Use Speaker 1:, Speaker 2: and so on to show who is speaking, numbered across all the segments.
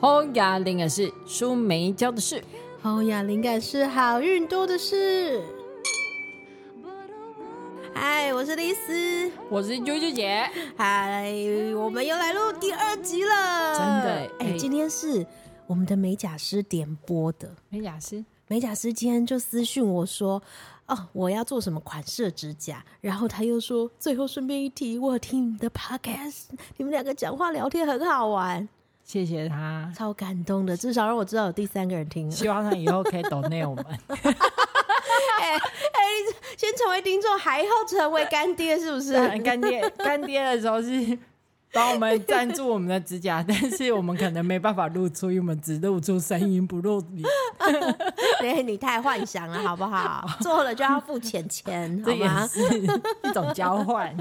Speaker 1: 侯雅灵感是舒梅教的事。
Speaker 2: 侯哦雅灵感是好运多的事。嗨，我是丽丝。
Speaker 1: 我是啾啾姐，
Speaker 2: 嗨，我们又来录第二集了。
Speaker 1: 真的
Speaker 2: 哎、
Speaker 1: 哎
Speaker 2: 今天是我们的美甲师点播的。
Speaker 1: 美哎雅思，
Speaker 2: 美甲师今天就私讯我说：“哦，我要做什么款式的指甲？”然后他又说：“最后顺便一提，我有听你们的 podcast，你们两个讲话聊天很好玩，
Speaker 1: 谢谢他，
Speaker 2: 超感动的，至少让我知道有第三个人听了。
Speaker 1: 希望他以后可以懂内 我们。
Speaker 2: 哎哎、先成为听众，还要成为干爹，是不是？
Speaker 1: 干爹，干爹的时候是帮我们赞助我们的指甲，但是我们可能没办法露出，因为我们只露出声音不露 脸，
Speaker 2: 对哎你太幻想了，好不好？ 做了就要付钱 钱，
Speaker 1: 这
Speaker 2: 好
Speaker 1: 也
Speaker 2: 吗？
Speaker 1: 是一种交换。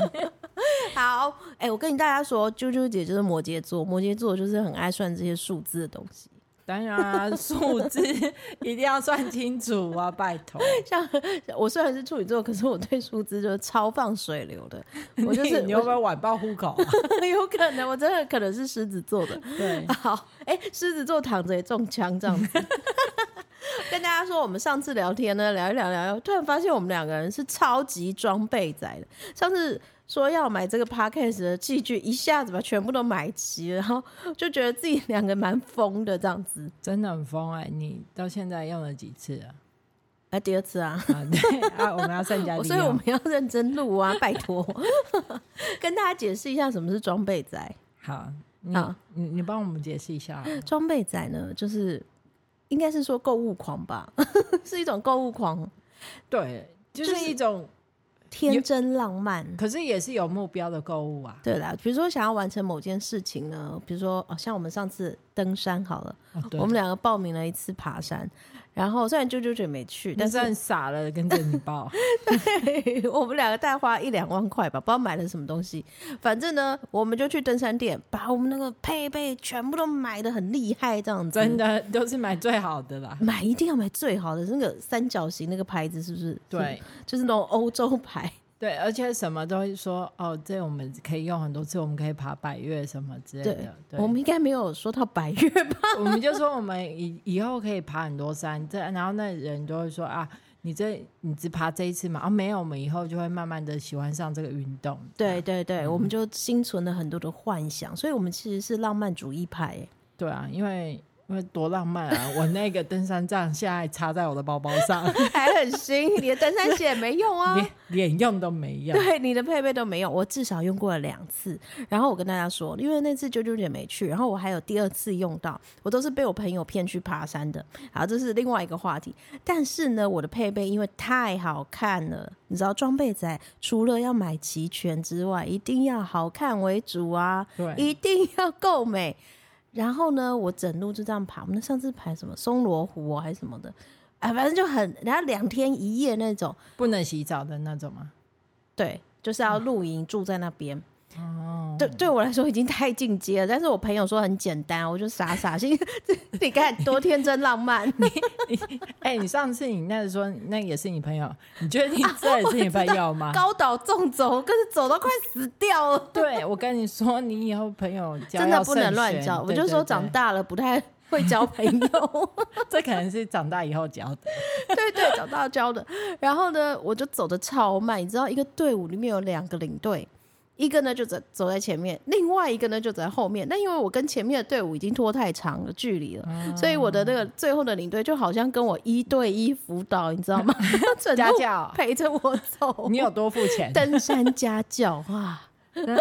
Speaker 2: 好，哎、我跟大家说，啾啾姐就是摩羯座，摩羯座就是很爱算这些数字的东西。
Speaker 1: 当然、啊，数字一定要算清楚啊，拜托。
Speaker 2: 像我虽然是处女座，可是我对数字就是超放水流的。我就是
Speaker 1: 你你会不会晚报户口、啊？
Speaker 2: 我有可能，我真的可能是狮子座的。
Speaker 1: 对，
Speaker 2: 好，哎、狮子座躺着也中枪这样子。 跟大家说，我们上次聊天呢，聊一聊聊一聊，突然发现我们两个人是超级装备仔的。上次说要买这个 podcast 的器具，一下子把全部都买齐了，然后就觉得自己两个蛮疯的这样子。
Speaker 1: 真的很疯哎、你到现在用了几次啊？
Speaker 2: 啊，第二 次啊，
Speaker 1: 啊，对啊，我们要善加利
Speaker 2: 哦所以我
Speaker 1: 用
Speaker 2: 们。要认真录啊，拜托， 跟大家解释一下什么是装备仔。
Speaker 1: 好，你
Speaker 2: 好
Speaker 1: 你你帮我们解释一下好了。
Speaker 2: 装备仔呢，就是应该是说购物狂吧， 是一种购物狂，
Speaker 1: 对，就
Speaker 2: 就是
Speaker 1: 一种，
Speaker 2: 天真浪漫。
Speaker 1: 可是也是有目标的购物啊。
Speaker 2: 对啦，比如说想要完成某件事情呢，比如说哦，像我们上次登山好了，
Speaker 1: 哦、对
Speaker 2: 我们两个报名了一次爬山，然后虽然啾啾姐没去，但
Speaker 1: 但是
Speaker 2: 是
Speaker 1: 很傻了，跟着你报。
Speaker 2: 我们两个大概花一两万块吧，不知道买了什么东西。反正呢，我们就去登山店，把我们那个配备全部都买的很厉害，这样子。
Speaker 1: 真的都是买最好的 啦。
Speaker 2: 买一定要买最好的，是那个三角形那个牌子是不是？
Speaker 1: 对
Speaker 2: 就是那种欧洲牌。
Speaker 1: 对，而且什么都会说哦，这我们可以用很多次，我们可以爬百越什么之类
Speaker 2: 对
Speaker 1: 的。，对，
Speaker 2: 我们应该没有说到百越吧？
Speaker 1: 我们就说我们以以后可以爬很多山，这然后那人都会说啊，你这你只爬这一次嘛？啊，没有，我们以后就会慢慢的喜欢上这个运动。啊
Speaker 2: 对对对，我们就心存了很多的幻想，所以我们其实是浪漫主义派耶。
Speaker 1: 对啊，因为因为多浪漫啊！我那个登山杖现在还插在我的包包 上，
Speaker 2: 还很新，你的登山鞋也没用 啊。
Speaker 1: 连连用都没用。
Speaker 2: 对，你的配备都没有，我至少用过了两次。然后我跟大家说，因为那次啾啾姐没去，然后我还有第二次用到，我都是被我朋友骗去爬山的。好，这是另外一个话题。但是呢，我的配备因为太好看了，你知道装备仔除了要买齐全之外，一定要好看为主啊，
Speaker 1: 对，
Speaker 2: 一定要够美。然后呢，我整路就这样爬。我们上次爬什么松罗湖哦，还是什么的，啊，反正就很，然后两天一夜那种。
Speaker 1: 不能洗澡的那种吗？
Speaker 2: 对，就是
Speaker 1: 嗯
Speaker 2: 要露营，住在那边。
Speaker 1: 哦，
Speaker 2: 对，对我来说已经太进阶了。但是我朋友说很简单，我就傻傻信。你看多天真 浪漫，
Speaker 1: 哎、你上次你那说那也是你朋友，你确定
Speaker 2: 啊
Speaker 1: 这也是你朋友吗？
Speaker 2: 高岛纵走，更是走到快死掉了，
Speaker 1: 对，我跟你说，你以后朋友交
Speaker 2: 真
Speaker 1: 要
Speaker 2: 的不能
Speaker 1: 慎
Speaker 2: 乱
Speaker 1: 选
Speaker 2: 交。我
Speaker 1: 对
Speaker 2: 就
Speaker 1: 对
Speaker 2: 说
Speaker 1: 对
Speaker 2: 长大了不太会交朋友。
Speaker 1: 这可能是长大以后交的。
Speaker 2: 对 对，找到教的。然后呢，我就走的超慢，你知道，一个队伍里面有两个领队，一个呢就走走在前面，另外一个呢就走在后面。那因为我跟前面的队伍已经拖太长了距离了，
Speaker 1: 嗯
Speaker 2: 所以我的那个最后的领队就好像跟我一对一辅导，你知道吗？ 整
Speaker 1: 家
Speaker 2: 路
Speaker 1: 教啊
Speaker 2: 陪着我走
Speaker 1: 你，有多付钱？
Speaker 2: 登山家教哇，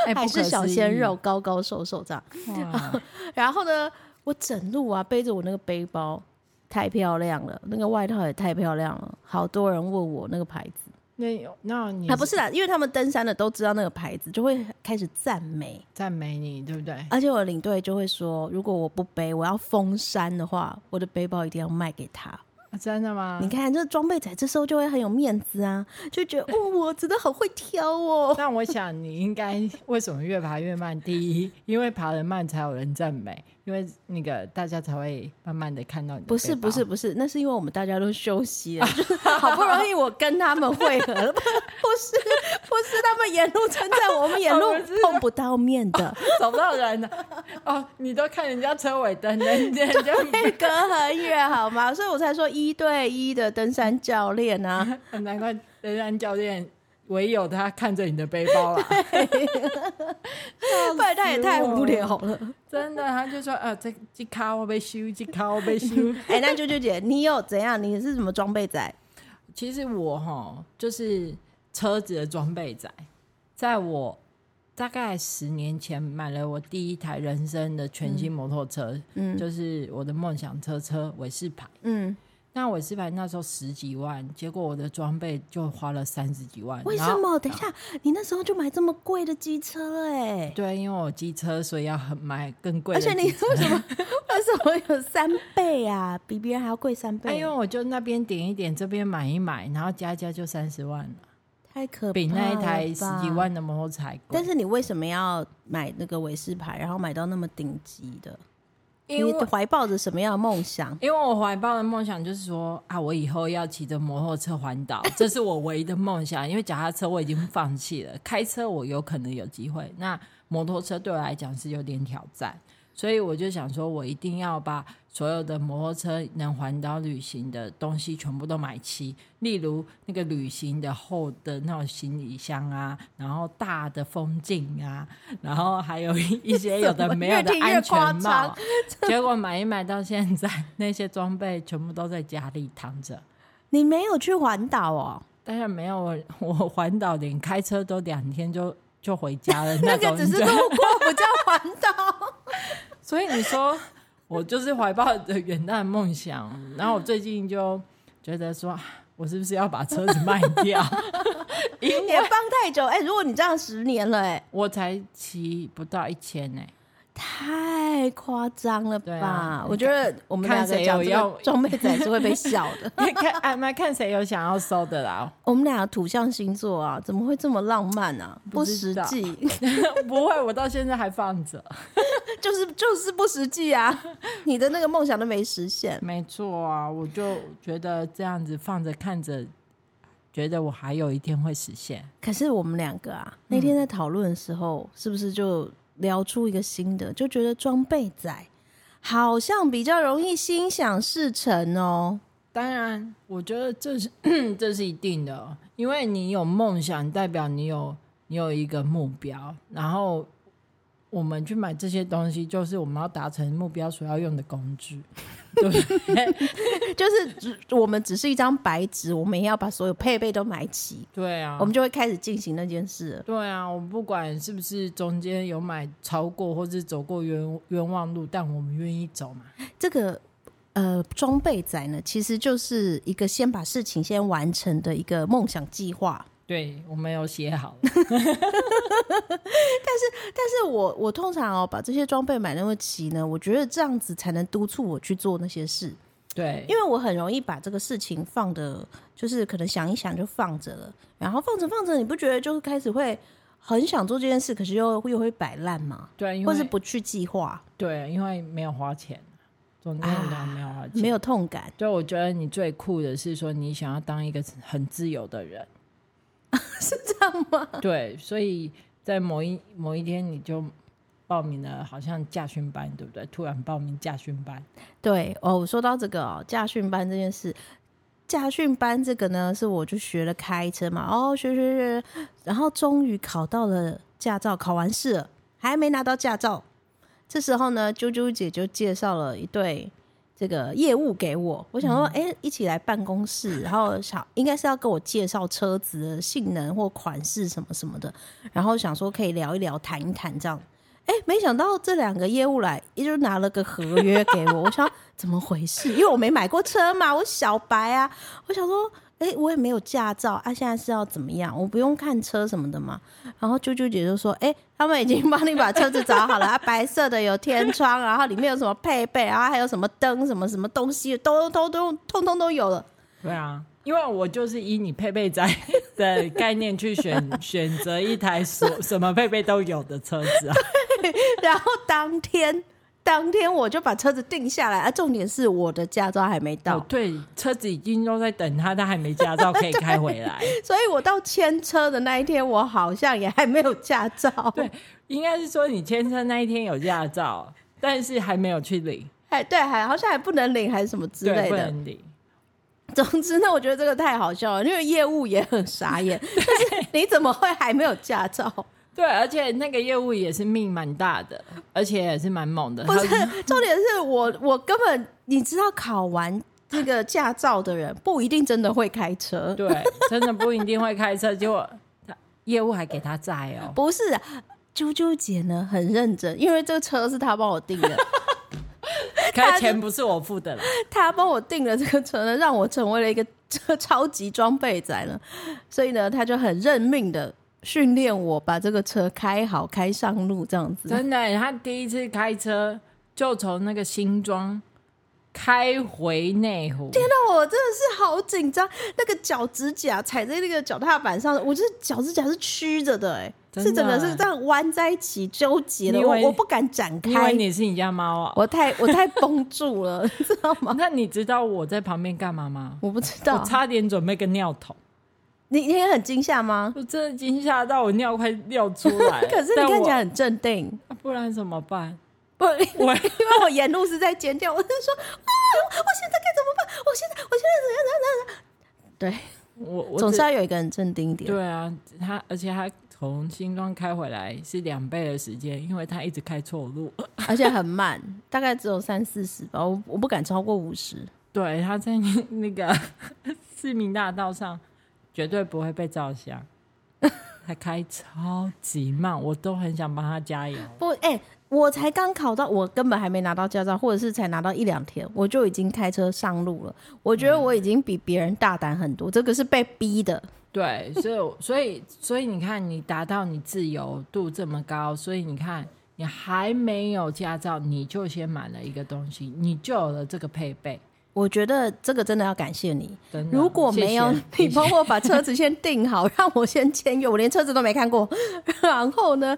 Speaker 1: 哎
Speaker 2: 还是小鲜肉，。高高瘦瘦这样。
Speaker 1: 不可思议 哇
Speaker 2: 然后呢，我整路啊背着我那个背包，太漂亮了，那个外套也太漂亮了，好多人问我那个牌子
Speaker 1: 那那你
Speaker 2: 啊，不是啦，因为他们登山的都知道那个牌子，就会开始赞美，
Speaker 1: 赞美你，对不啊对？
Speaker 2: 而且我的领队就会说，如果我不背，我要封山的话，我的背包一定要卖给他。
Speaker 1: 啊真的吗
Speaker 2: 你？看，这装备仔这时候就会很有面子啊，就觉得哦，我真的很会挑 哦。
Speaker 1: 但我想你应该为什么越爬越慢？第一，因为爬得慢才有人赞美，因为那个大家才会慢慢的看到你的
Speaker 2: 不
Speaker 1: 背
Speaker 2: 是
Speaker 1: 包
Speaker 2: 不是不是，那是因为我们大家都休息了， 就是好不容易我跟他们会合了，不是不是他们沿路称赞我，我 们沿路碰不到面的，
Speaker 1: 找不到人了。哦，你都看人家车尾灯了，人家人家
Speaker 2: 会 隔很远好吗？所以我才说一对一的登山教练啊，
Speaker 1: 难怪登山教练唯有他看着你的背包啊啦，
Speaker 2: 不然他也太无聊了。
Speaker 1: 真的，他就说啊，这这卡我被修，这卡我被修。
Speaker 2: 哎、那啾啾姐，你有怎样？你是什么装备仔？
Speaker 1: 其实我哈，就是车子的装备仔，在我大概十年前买了我第一台人生的全新摩托车，
Speaker 2: 嗯
Speaker 1: 就是我的梦想车车韦氏牌。
Speaker 2: 嗯，
Speaker 1: 那韦氏牌那时候十几万，结果我的装备就花了三十几万。
Speaker 2: 为
Speaker 1: 然
Speaker 2: 什
Speaker 1: 后
Speaker 2: 么？等一下，你那时候就买这么贵的机车了哎、
Speaker 1: 对，因为我机车，所以要很买更贵
Speaker 2: 而
Speaker 1: 的机车。
Speaker 2: 且你为什么 为什么有三倍啊？比别人还要贵三倍？啊
Speaker 1: 哎，因为我就那边点一点，这边买一买，然后加一加就三十万了，
Speaker 2: 太可怕了，
Speaker 1: 比那一台十几。万的摩托车还贵。
Speaker 2: 啊但是你为什么要买那个韦氏牌，然后买到那么顶级的？
Speaker 1: 因
Speaker 2: 你
Speaker 1: 为
Speaker 2: 怀抱着什么样的梦想？
Speaker 1: 因为我怀抱的梦想就是说啊，我以后要骑着摩托车环岛，这是我唯一的梦想。因为脚踏车我已经放弃了，开车我有可能有机会，那摩托车对我来讲是有点挑战，所以我就想说，我一定要把所有的摩托车能环岛旅行的东西全部都买齐，例如那个旅行的后的那种行李箱啊，然后大的风镜啊，然后还有一一些有的没有的
Speaker 2: 越听越
Speaker 1: 安
Speaker 2: 夸
Speaker 1: 全
Speaker 2: 张
Speaker 1: 帽。啊结果买一买到现在，那些装备全部都在家里躺着。
Speaker 2: 你没有去环岛哦，
Speaker 1: 当然没有我，我环岛连开车都两天就就回家了 那
Speaker 2: 个
Speaker 1: 种。
Speaker 2: 只
Speaker 1: 你
Speaker 2: 是
Speaker 1: 知道
Speaker 2: 路过，不叫环岛。
Speaker 1: 所以你说我就是怀抱着远大的梦想，然后我最近就觉得说，啊我是不是要把车子卖 掉？因
Speaker 2: 你
Speaker 1: 为
Speaker 2: 放太久，哎、如果你这样十年了、哎，
Speaker 1: 我才骑不到一千呢、
Speaker 2: 太夸张了吧？
Speaker 1: 对啊
Speaker 2: 我觉得我们两
Speaker 1: 看
Speaker 2: 个
Speaker 1: 谁
Speaker 2: 讲
Speaker 1: 有
Speaker 2: 这
Speaker 1: 要
Speaker 2: 个装备仔是会被笑的。
Speaker 1: 看啊，那看谁有想要收的啦？
Speaker 2: 我们俩土象星座啊，怎么会这么浪漫啊？不
Speaker 1: 不
Speaker 2: 实
Speaker 1: 知道
Speaker 2: 际，
Speaker 1: 不会，我到现在还放着。
Speaker 2: 就是就是不实际啊！你的那个梦想都没实现，
Speaker 1: 没错啊，我就觉得这样子放着看着，觉得我还有一天会实现。
Speaker 2: 可是我们两个啊，那天在讨论的时候，是不是就聊出一个新的，就觉得装备仔好像比较容易心想事成哦。
Speaker 1: 当然，我觉得这是 这是一定的，哦因为你有梦想，代表你有你有一个目标，然后我们去买这些东西，就是我们要达成目标所要用的工具。
Speaker 2: 就是只我们只是一张白纸，我们也要把所有配备都买齐，
Speaker 1: 对啊
Speaker 2: 我，们就会开始进行那件事了。
Speaker 1: 对啊，我不管是不是中间有买超过或是走过冤冤枉路，但我们愿意走嘛。
Speaker 2: 这个呃装备仔呢，其实就是一个先把事情先完成的一个梦想计划。
Speaker 1: 对，我们有写 好了。
Speaker 2: 但是我我通常哦把这些装备买那么齐呢，我觉得这样子才能督促我去做那些事，
Speaker 1: 对，
Speaker 2: 因为我很容易把这个事情放的，就是可能想一想就放着了，然后放着放着，你不觉得就开始会很想做这件事，可是又又会摆烂吗？
Speaker 1: 对，因
Speaker 2: 或
Speaker 1: 为
Speaker 2: 是不去计划，
Speaker 1: 对，因为没有花钱，总之我们没有花钱。
Speaker 2: 没有痛感。
Speaker 1: 对，我觉得你最酷的是说你想要当一个很自由的人， 是这样吗？对，所以在某一某一天你就报名了，好像驾训班，对不对？突然报名驾训班，
Speaker 2: 对哦，我说到这个哦，驾训班这件事，驾训班这个呢，是我就学了开车嘛，哦，学学学，然后终于考到了驾照，考完试了，还没拿到驾照。这时候呢，啾啾姐就介绍了一对这个业务给我，我想说，哎、一起来办公室，然后想应该是要跟我介绍车子的性能或款式什么什么的，然后想说可以聊一聊，谈一谈这样。哎、没想到这两个业务来，也就拿了个合约给我。我想怎么回事？因为我没买过车嘛，我小白啊。我想说，哎、我也没有驾照啊，现在是要怎么样？我不用看车什么的嘛。然后啾啾姐就说，哎、他们已经帮你把车子找好了，啊，白色的有天窗，然后里面有什么配备，然后还有什么灯，什么什么东西，都都都通通都有了。
Speaker 1: 对啊，因为我就是以你配备在 的概念去 选选择一台所什么配备都有的车子啊。
Speaker 2: 然后当天，当天我就把车子定下来啊。重点是我的驾照还没到，
Speaker 1: 哦，对，车子已经都在等他，他还没驾照可以开回来。
Speaker 2: 所以我到牵车的那一天，我好像也还没有驾照，
Speaker 1: 对，应该是说你签车那一天有驾照，但是还没有去领，
Speaker 2: 还哎对，还好像还不能领，还是什么之
Speaker 1: 对，
Speaker 2: 类
Speaker 1: 不
Speaker 2: 的。
Speaker 1: 能领。
Speaker 2: 总之呢，我觉得这个太好笑了，因为业务也很傻 眼，但是你怎么会还没有驾照？
Speaker 1: 对，而且那个业务也是命蛮大的，而且也是蛮猛的。
Speaker 2: 不是
Speaker 1: 他，
Speaker 2: 重点是我我根本你知道考完。这个驾照的人不一定真的会开车，
Speaker 1: 对，真的不一定会开车，结果他业务还给他载 哦。
Speaker 2: 不是啊啾啾姐呢很认真，因为这个车是她帮我订的，
Speaker 1: 可是钱不是我付的 啦，
Speaker 2: 他帮我订了这个车呢，让我成为了一个这超级装备仔了。所以呢，他就很认命的训练我把这个车开好、开上路这样子。
Speaker 1: 真的。他第一次开车就从那个新庄开回内湖，
Speaker 2: 天哪，我真的是好紧张！那个脚趾甲踩在那个脚踏板上，我这脚趾甲是曲着的、欸，哎，
Speaker 1: 真的
Speaker 2: 是真的是这样弯在一起纠结的，
Speaker 1: 你以
Speaker 2: 我
Speaker 1: 为
Speaker 2: 我不敢展
Speaker 1: 因为
Speaker 2: 开，
Speaker 1: 你是你家猫啊。
Speaker 2: 我太我太绷住了， 你知道吗？
Speaker 1: 那你知道我在旁边干嘛吗？
Speaker 2: 我不知道
Speaker 1: 我，差点准备个尿桶，
Speaker 2: 你你也很惊吓吗？
Speaker 1: 我真的惊吓到我尿快尿出来了。
Speaker 2: 可是
Speaker 1: 哎但
Speaker 2: 你看
Speaker 1: 我
Speaker 2: 起来很镇定。
Speaker 1: 不然怎么办？
Speaker 2: 不，
Speaker 1: 我
Speaker 2: 因为我沿路是在尖叫，我就说啊，我我现在该怎么办？我现在我现在怎样怎样怎样怎样？
Speaker 1: 我
Speaker 2: 对，
Speaker 1: 我
Speaker 2: 总
Speaker 1: 只
Speaker 2: 是要有一个人镇定一点。
Speaker 1: 对啊，他而且他从新庄开回来是两倍的时间，因为他一直开错 路。
Speaker 2: 而且很慢，大概只有三四十吧，我我不敢超过五十。
Speaker 1: 对，他在那个 市民大道上绝对不会被照 相，他开超级慢，我都很想帮他加油。
Speaker 2: 不，哎、我才刚考到，我根本还没拿到驾照，或者是才拿到一两天，我就已经开车上路了。我觉得我已经比别人大胆很多，这个是被逼的。
Speaker 1: 对，所以我所以所以你看，你达到你自由度这么高，所以你看你还没有驾照，你就先买了一个东西，你就有了这个配备。
Speaker 2: 我觉得这个真的要感谢你。
Speaker 1: 真的
Speaker 2: 如果没有
Speaker 1: 谢谢
Speaker 2: 你帮我把车子先订好， 让我先签约，我连车子都没看过。 然后呢，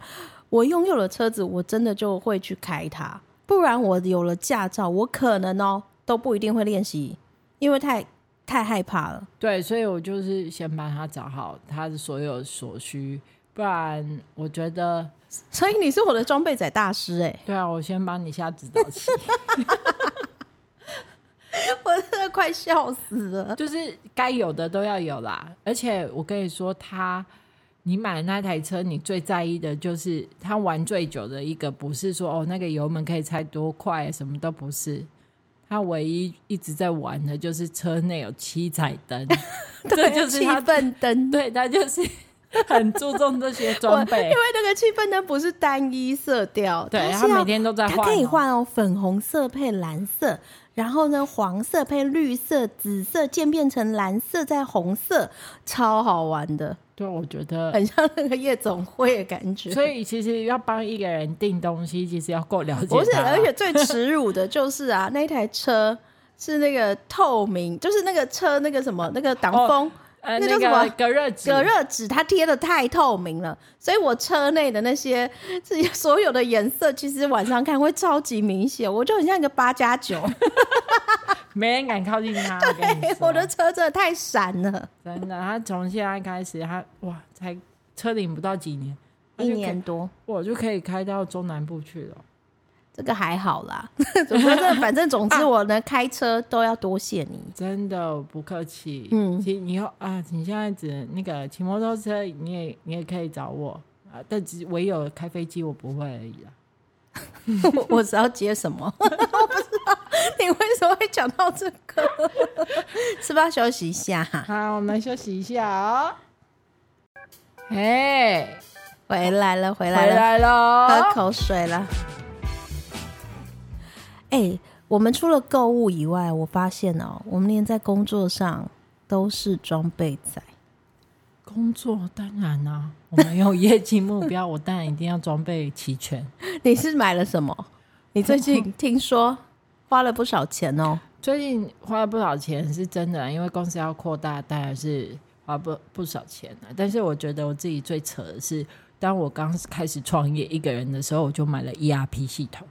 Speaker 2: 我拥有了车子，我真的就会去开它。不然我有了驾照，我可能哦都不一定会练习，因为太太害怕了。
Speaker 1: 对，所以我就是先帮他找好他的所有所需，不然我觉得，
Speaker 2: 所以你是我的装备仔大师哎、
Speaker 1: 对啊，我先帮你下指导棋，
Speaker 2: 我真的快笑死了。
Speaker 1: 就是该有的都要有啦。而且我跟你说，他你买的那台车，你最在意的就是他玩最久的一个，不是说哦那个油门可以踩多快，什么都不是。他唯一一直在玩的就是车内有七彩灯， 这 就是
Speaker 2: 气
Speaker 1: 他
Speaker 2: 氛灯。
Speaker 1: 对他就是很注重这些
Speaker 2: 我
Speaker 1: 装
Speaker 2: 因为
Speaker 1: 备。
Speaker 2: 那个气氛灯不是单一色调，
Speaker 1: 对
Speaker 2: 它
Speaker 1: 他
Speaker 2: 是要
Speaker 1: 每天都在换、
Speaker 2: 它可以换哦，粉红色配蓝色，然后呢，黄色配绿色、紫色渐变成蓝色，再红色，超好玩的，
Speaker 1: 对，我觉得，
Speaker 2: 很像那个夜总会的感觉。
Speaker 1: 所以其实要帮一个人订东西，其实要够了解他。
Speaker 2: 不是，而且最耻辱的就是啊， 那一台车是那个透明，就是那个车那个什么那个挡风。
Speaker 1: 呃，
Speaker 2: 那
Speaker 1: 那
Speaker 2: 叫什
Speaker 1: 个
Speaker 2: 么
Speaker 1: 隔热纸，
Speaker 2: 隔热纸它贴的太透明了，所以我车内的那些这些所有的颜色，其实晚上看会超级明显，我就很像一个八加 九。
Speaker 1: 啊没人敢靠近他。我跟你说
Speaker 2: 我的车真的太闪了，
Speaker 1: 真的，他从现在开始，他哇，才车龄不到几年，他
Speaker 2: 一
Speaker 1: 就可以
Speaker 2: 年多，
Speaker 1: 我就可以开到中南部去了。
Speaker 2: 这个还好 啦。总之，这反正总之我呢，开车都要多谢你。
Speaker 1: 真的不客气，
Speaker 2: 嗯
Speaker 1: 其实你以后啊，你现在只能那个骑摩托车，你也你也可以找我啊，但只唯有开飞机我不会而已啦。
Speaker 2: 我我是要接什么？ 我不知道你为什么会讲到这个， 是不是要休息一下？
Speaker 1: 好，我们休息一下哦。嘿、
Speaker 2: 回来了，回
Speaker 1: 回
Speaker 2: 来了。
Speaker 1: 来
Speaker 2: 喝
Speaker 1: 了，
Speaker 2: 口水了。哎、我们除了购物以外，我发现哦、我们连在工作上都是装备仔。
Speaker 1: 工作当然啦、 我们有业绩目标，我当然一定要装备齐全。
Speaker 2: 你是买了什么？你最近 听说花了不少钱哦。
Speaker 1: 最近花了不少钱是真的啊，因为公司要扩大，当然是花不不少钱啊。但是我觉得我自己最扯的是，当我刚开始创业一个人的时候，我就买了 ERP 系统，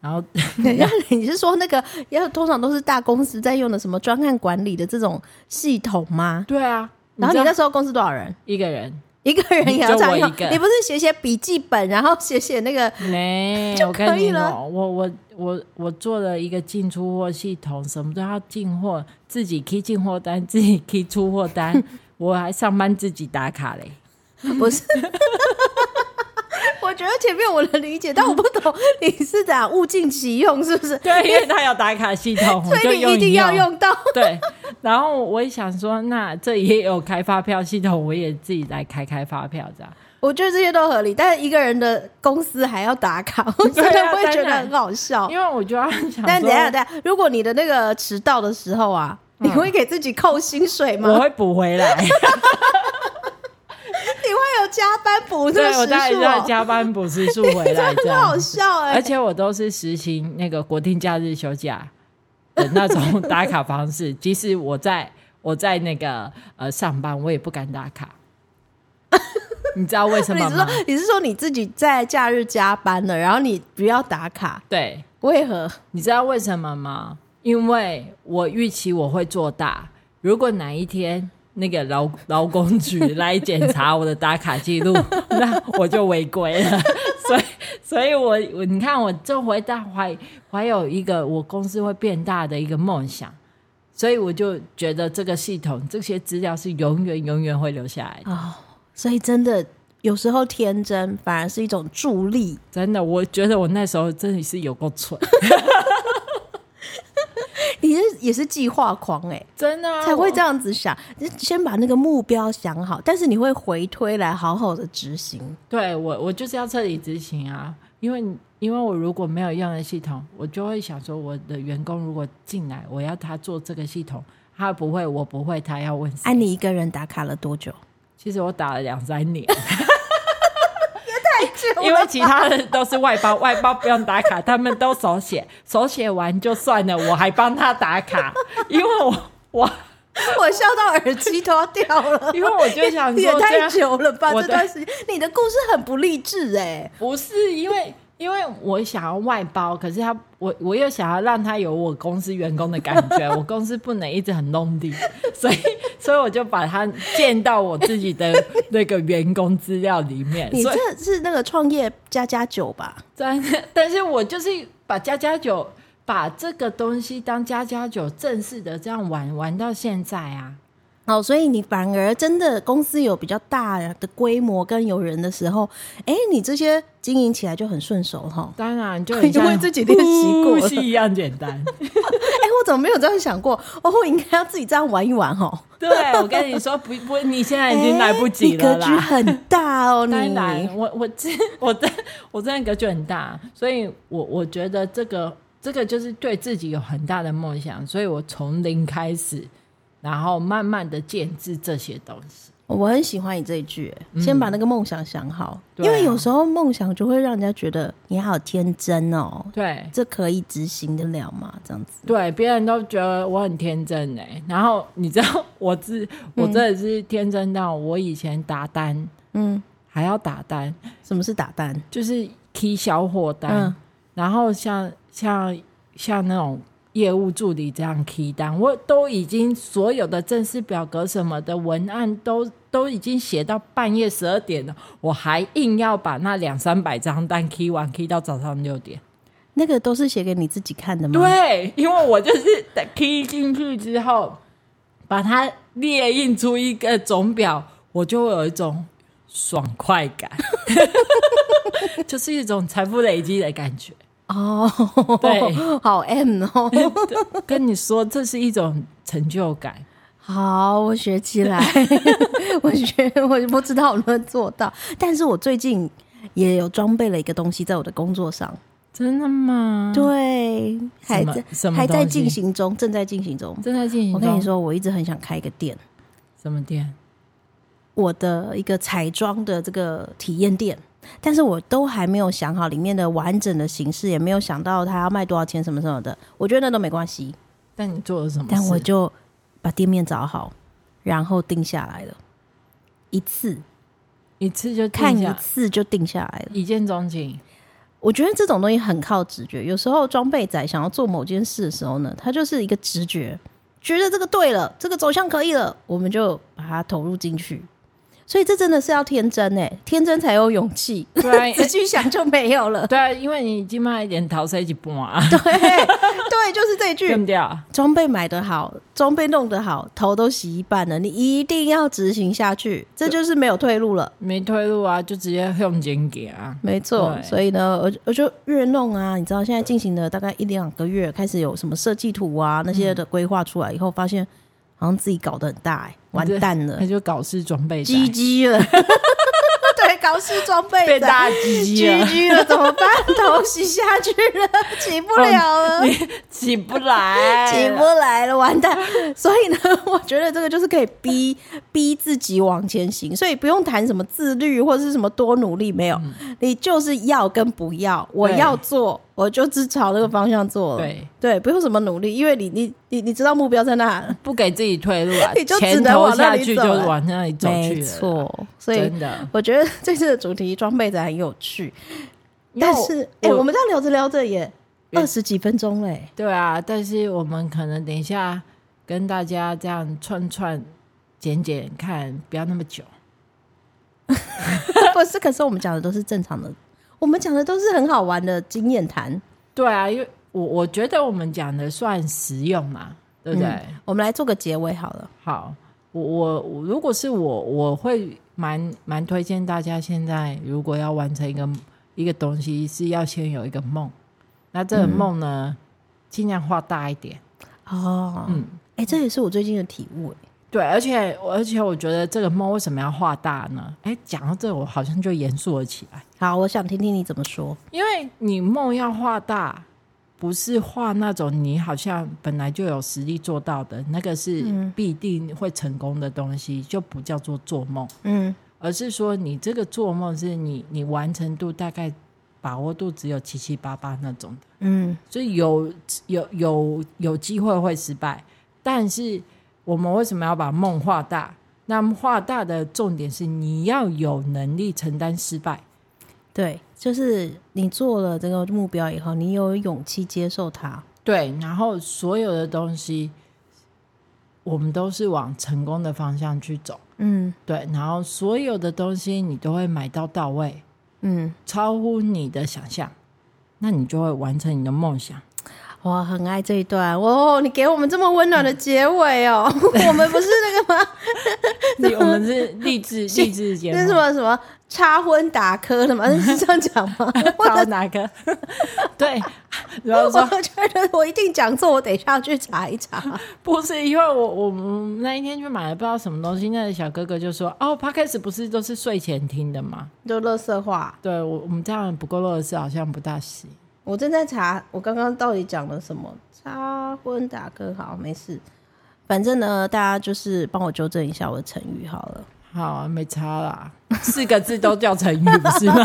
Speaker 1: 然后？
Speaker 2: 等一下，你是说那个要通常都是大公司在用的什么专案管理的这种系统吗
Speaker 1: 对啊，
Speaker 2: 然后你
Speaker 1: 知道
Speaker 2: 那时候公司多少人？
Speaker 1: 一个人
Speaker 2: 一个人也要
Speaker 1: 就
Speaker 2: 这样
Speaker 1: 我
Speaker 2: 用
Speaker 1: 一个？
Speaker 2: 你不是写写笔记本，然后写写 那个
Speaker 1: 没，
Speaker 2: 就
Speaker 1: 我
Speaker 2: 可
Speaker 1: 跟
Speaker 2: 以
Speaker 1: 你
Speaker 2: 了
Speaker 1: 讲，我我我我做了一个进出货系统，什么都要进货，自己 key 进货单，自己 key 出货单，我还上班自己打卡 嘞。
Speaker 2: 不是。我觉得前面我能理解，但我不懂你是咋物尽其用，是不是？
Speaker 1: 对，因为他有打卡系统，我就
Speaker 2: 所以你一定要
Speaker 1: 用。
Speaker 2: 用到。
Speaker 1: 对，然后我也想说，那这也有开发票系统，我也自己来开开发票这样。
Speaker 2: 我觉得这些都合理，但是一个人的公司还要 打卡，我真
Speaker 1: 对
Speaker 2: 的
Speaker 1: 啊
Speaker 2: 会觉
Speaker 1: 当
Speaker 2: 得
Speaker 1: 然
Speaker 2: 很好笑。
Speaker 1: 因为我就要想
Speaker 2: 哦但等一下，
Speaker 1: 说，
Speaker 2: 等一下，如果你的那个迟到的时候啊，你会给自己扣薪水吗？
Speaker 1: 我会补回 来。
Speaker 2: 你会有加班 补那
Speaker 1: 对，我
Speaker 2: 个
Speaker 1: 当然
Speaker 2: 时数、
Speaker 1: 是要
Speaker 2: 哦？
Speaker 1: 加班补时数 回来这
Speaker 2: 很
Speaker 1: 样
Speaker 2: 好。笑哎、
Speaker 1: 而且我都是实行那个国定假日休假的那 种打卡方式，即使我在我在那个呃上班，我也不敢打 卡。你知道为什
Speaker 2: 你
Speaker 1: 么
Speaker 2: 是
Speaker 1: 吗
Speaker 2: 说？你是说你自己在假日加班了，然后你不要打卡，
Speaker 1: 对，
Speaker 2: 为何？
Speaker 1: 你知道为什么吗？因为我预期我会做大。如果哪一天那个劳劳工局 来检查我的打卡记录，那我就违规了。 所以，所以我我你看，我这回大怀怀有一个我公司会变大的一个梦想，所以我就觉得这个系统这些资料是永远永远会留下来的。
Speaker 2: 哦，所以真的有时候天真反而是一种助力。
Speaker 1: 真的，我觉得我那时候真的是有够蠢，
Speaker 2: 你是也是计划狂哎、
Speaker 1: 真的啊、
Speaker 2: 才会这
Speaker 1: 样。
Speaker 2: 样子想，你先把那个目标想好，但是你会回推来好好的执行。
Speaker 1: 对我，我就是要彻底执行啊，因为因为我如果没有用的系统，我就会想说，我的员工如果进来，我要他做这个系统，他不会，我不会，他要问谁？
Speaker 2: 哎、你一个人打卡了多久？
Speaker 1: 其实我打了两三年，因
Speaker 2: 哎 因为
Speaker 1: 为其他人都是外包，外包不用打卡，他们都手写，手写完就算了，我还帮他打卡，因为我我。
Speaker 2: 我笑到耳机都要掉了
Speaker 1: 因为我就想说
Speaker 2: 也
Speaker 1: 这
Speaker 2: 太
Speaker 1: 样
Speaker 2: 久了吧？
Speaker 1: 我
Speaker 2: 这段时间你的故事很不励志哎、
Speaker 1: 不是因 为，因为我想要外包，可是他我我又想要让他有我公司员工的感 觉，我公司不能一直很 lonely，所以所以我就把他建到我自己 的那个员工资料里面。
Speaker 2: 你
Speaker 1: 所以
Speaker 2: 这是那个创业加加酒吧？
Speaker 1: 真的，但是我就是把加加酒把这个东西当加加酒正式的这样玩玩到现在啊。
Speaker 2: 哦，所以你反而真的公司有比较大的规模跟有人的时候，哎、你这些经营起来就很顺手 哈。
Speaker 1: 当然就很
Speaker 2: 因
Speaker 1: 像
Speaker 2: 为自己练习过
Speaker 1: 呼
Speaker 2: 了，
Speaker 1: 吸一样简单。
Speaker 2: 哎、我怎么没有这样想过？哦，我应该要自己这样玩一玩哦。
Speaker 1: 对，我跟你说，不不，你现在已经
Speaker 2: 诶
Speaker 1: 来不及 了
Speaker 2: 你
Speaker 1: 啦。
Speaker 2: 格局很 大哦，你
Speaker 1: 当然，我我真 我真我真的格局很大，所以我我觉得这个这个就是对自己有很大的梦想，所以我从零开始，然后慢慢的建制这些东西。
Speaker 2: 我很喜欢你这一句、诶先把那个梦想想好，
Speaker 1: 嗯对啊
Speaker 2: 因为有时候梦想就会让人家觉得你好天真哦，
Speaker 1: 对
Speaker 2: 这可以执行得了吗？这样子，
Speaker 1: 对，别人都觉得我很天真哎、然后你知道我是我真的是天真到我以前打单
Speaker 2: 嗯，
Speaker 1: 还要打单，
Speaker 2: 什么是打蛋？
Speaker 1: 就是 key 销货单，
Speaker 2: 嗯
Speaker 1: 然后像像像那种业务助理这样 key 单，我都已经所有的正式表格什么的文案都都已经写到半夜十二点了，我还硬要把那两三百张单 key 完，key 到早上六点。
Speaker 2: 那个都是写给你自己看的吗？，
Speaker 1: 对，因为我就是 key 进去之后，把它列印出一个总表，我就会有一种爽快感， 就是一种财富累积的感觉。
Speaker 2: 哦，
Speaker 1: 对，
Speaker 2: 好 M 哦，
Speaker 1: 跟你说，这是一种成就感。
Speaker 2: 好，我学起来， 我学，我不知道我能不能做到，但是我最近也有装备了一个东西在我的工作上，
Speaker 1: 真的吗？
Speaker 2: 对，还
Speaker 1: 嗯什么
Speaker 2: 在
Speaker 1: 什么
Speaker 2: 还在
Speaker 1: 东西
Speaker 2: 进，行中，正在进行中。
Speaker 1: 正在进行。
Speaker 2: 我跟你，说，我一直很想开一个店，
Speaker 1: 什么店？
Speaker 2: 我的一个彩妆的这个体验店，但是我都还没有想好里面的完整的形式，也没有想到它要卖多少钱什么什么的。我觉得那都没关系，
Speaker 1: 但你做了什么事？
Speaker 2: 但我就把店面找好，然后定下来了，一次
Speaker 1: 一次就定
Speaker 2: 看一
Speaker 1: 下
Speaker 2: 次就定下来了。
Speaker 1: 一见钟情，
Speaker 2: 我觉得这种东西很靠直觉。有时候装备仔想要做某件事的时候呢，他就是一个直觉，觉得这个对了，这个走向可以了，我们就把它投入进去。所以这真的是要天真哎、天真才有勇气，
Speaker 1: 对啊
Speaker 2: 仔细想就没有了。
Speaker 1: 对啊，因为你今麦一点桃色一起半啊，
Speaker 2: 对对，就是这
Speaker 1: 对
Speaker 2: 句。
Speaker 1: 不对啊？
Speaker 2: 装备买得好，装备弄得好，头都洗一半了，你一定要执行下去，这就是没有退路了。
Speaker 1: 没退路啊，就直接向前给啊。
Speaker 2: 没错，
Speaker 1: 对
Speaker 2: 所以呢，我就我就越弄啊，你知道现在进行了大概一两个月，开始有什么设计图啊那些的规划出来以后，发现好像自己搞得很大、欸，完蛋了
Speaker 1: 他，就搞事装备仔，
Speaker 2: 鸡鸡了， 对，搞事装备
Speaker 1: 被
Speaker 2: 的
Speaker 1: 大鸡鸡
Speaker 2: 鸡
Speaker 1: 了，
Speaker 2: 鸡了，怎么办？ 头洗下去了，起不了了。
Speaker 1: 起不来，
Speaker 2: 起不哎来了，完蛋！ 所以呢，我觉得这个就是可以逼逼自己往前行，所以不用谈什么自律或者是什么多努力，没有，
Speaker 1: 嗯
Speaker 2: 你就是要跟不要，我要做，我就只朝那个方向做了。
Speaker 1: 对，
Speaker 2: 对，不用什么努力，因为你你你你知道目标在那了，
Speaker 1: 不给自己退路啊，
Speaker 2: 你就只
Speaker 1: 前
Speaker 2: 能
Speaker 1: 头
Speaker 2: 往那
Speaker 1: 下
Speaker 2: 里
Speaker 1: 去
Speaker 2: 走
Speaker 1: 就
Speaker 2: 了
Speaker 1: 往那里走去
Speaker 2: 没
Speaker 1: 了，，
Speaker 2: 错。所以
Speaker 1: 真的。
Speaker 2: 我觉得这次的主题装备展很有趣，
Speaker 1: 因为
Speaker 2: 但
Speaker 1: 我
Speaker 2: 是哎、
Speaker 1: 我嗯
Speaker 2: 我们这样聊着聊着也
Speaker 1: 也
Speaker 2: 二十几分钟嘞、
Speaker 1: 对啊，但是我们可能等一下跟大家这样串串剪剪看，不要那么久。
Speaker 2: 不是，可是我们讲的都是正常的，我们讲的都是很好玩的经验谈。
Speaker 1: 对啊，因为我我觉得我们讲的算实用嘛，对不对？
Speaker 2: 我们来做个结尾好了。
Speaker 1: 好，我我我如果是我，我会蛮蛮推荐大家现在如果要完成一个一个东西，是要先有一个梦。那这个梦呢，尽量画大一点。
Speaker 2: 哦，嗯
Speaker 1: 嗯，
Speaker 2: 哎、这也是我最近的体悟、哎
Speaker 1: 对，而且而且我觉得这个梦为什么要画大呢？哎，讲到这，我好像就严肃了起来。
Speaker 2: 好，我想听听你怎么说。
Speaker 1: 因为你梦要画大，不是画那种你好像本来就有实力做到的，那个是必定会成功的东西，就不叫做做梦，
Speaker 2: 嗯，
Speaker 1: 而是说你这个做梦是你你完成度大概把握度只有七七八八那种的，
Speaker 2: 嗯，
Speaker 1: 所以有有有有机会会失败，但是我们为什么要把梦画大？那画大的重点是你要有能力承担失败。
Speaker 2: 对，就是你做了这个目标以后，你有勇气接受它。
Speaker 1: 对，然后所有的东西，我们都是往成功的方向去走。
Speaker 2: 嗯
Speaker 1: 对，然后所有的东西你都会买到到位，
Speaker 2: 嗯，
Speaker 1: 超乎你的想象，那你就会完成你的梦 想。
Speaker 2: 我很爱这一段。哦，你给我们这么温暖的结尾 哦，我们不是那个吗？
Speaker 1: 你我们 是励志励志节
Speaker 2: 那
Speaker 1: 目
Speaker 2: 什，么什么插婚打科什么？是这样讲 吗？
Speaker 1: 找哪个？ 对，然后说
Speaker 2: 我觉得我一定讲错，我等一下要去查一查。
Speaker 1: 不是，因为我我们那一天去买了不知道什么东西，那个小哥哥就说：“哦 p o d c a s 不是都是睡前听的吗
Speaker 2: 就垃圾话，？”
Speaker 1: 对我我们这样不够乐视，好像不大行。
Speaker 2: 我正在查，我刚刚到底讲了什么？插婚打歌好，没事。反正呢，大家就是帮我纠正一下我的成语好了。
Speaker 1: 好啊，没差啦，四个字都叫成语，不是 吗？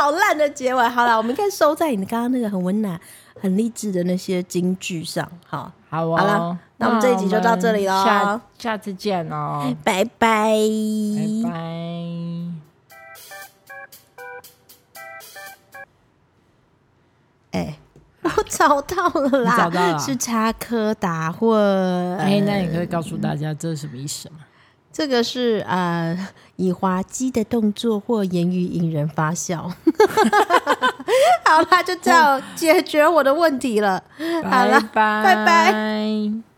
Speaker 2: 好烂的结尾，好了，我们应该收在你刚刚那个很温暖、很励志的那些金句上。好，
Speaker 1: 好哦，
Speaker 2: 好啦那我们这一集就到这里咯
Speaker 1: 那我们下下次见哦，
Speaker 2: 拜拜。
Speaker 1: 拜拜。
Speaker 2: 哎、我找到了啦，
Speaker 1: 你找到了啊
Speaker 2: 是插科打诨。
Speaker 1: 哎，那你可以告诉大家这是什么意思吗？
Speaker 2: 这个是呃，以滑稽的动作或言语引人发笑。 好啦，就这样解决我的问题了。好啦
Speaker 1: 拜拜
Speaker 2: 拜
Speaker 1: 拜。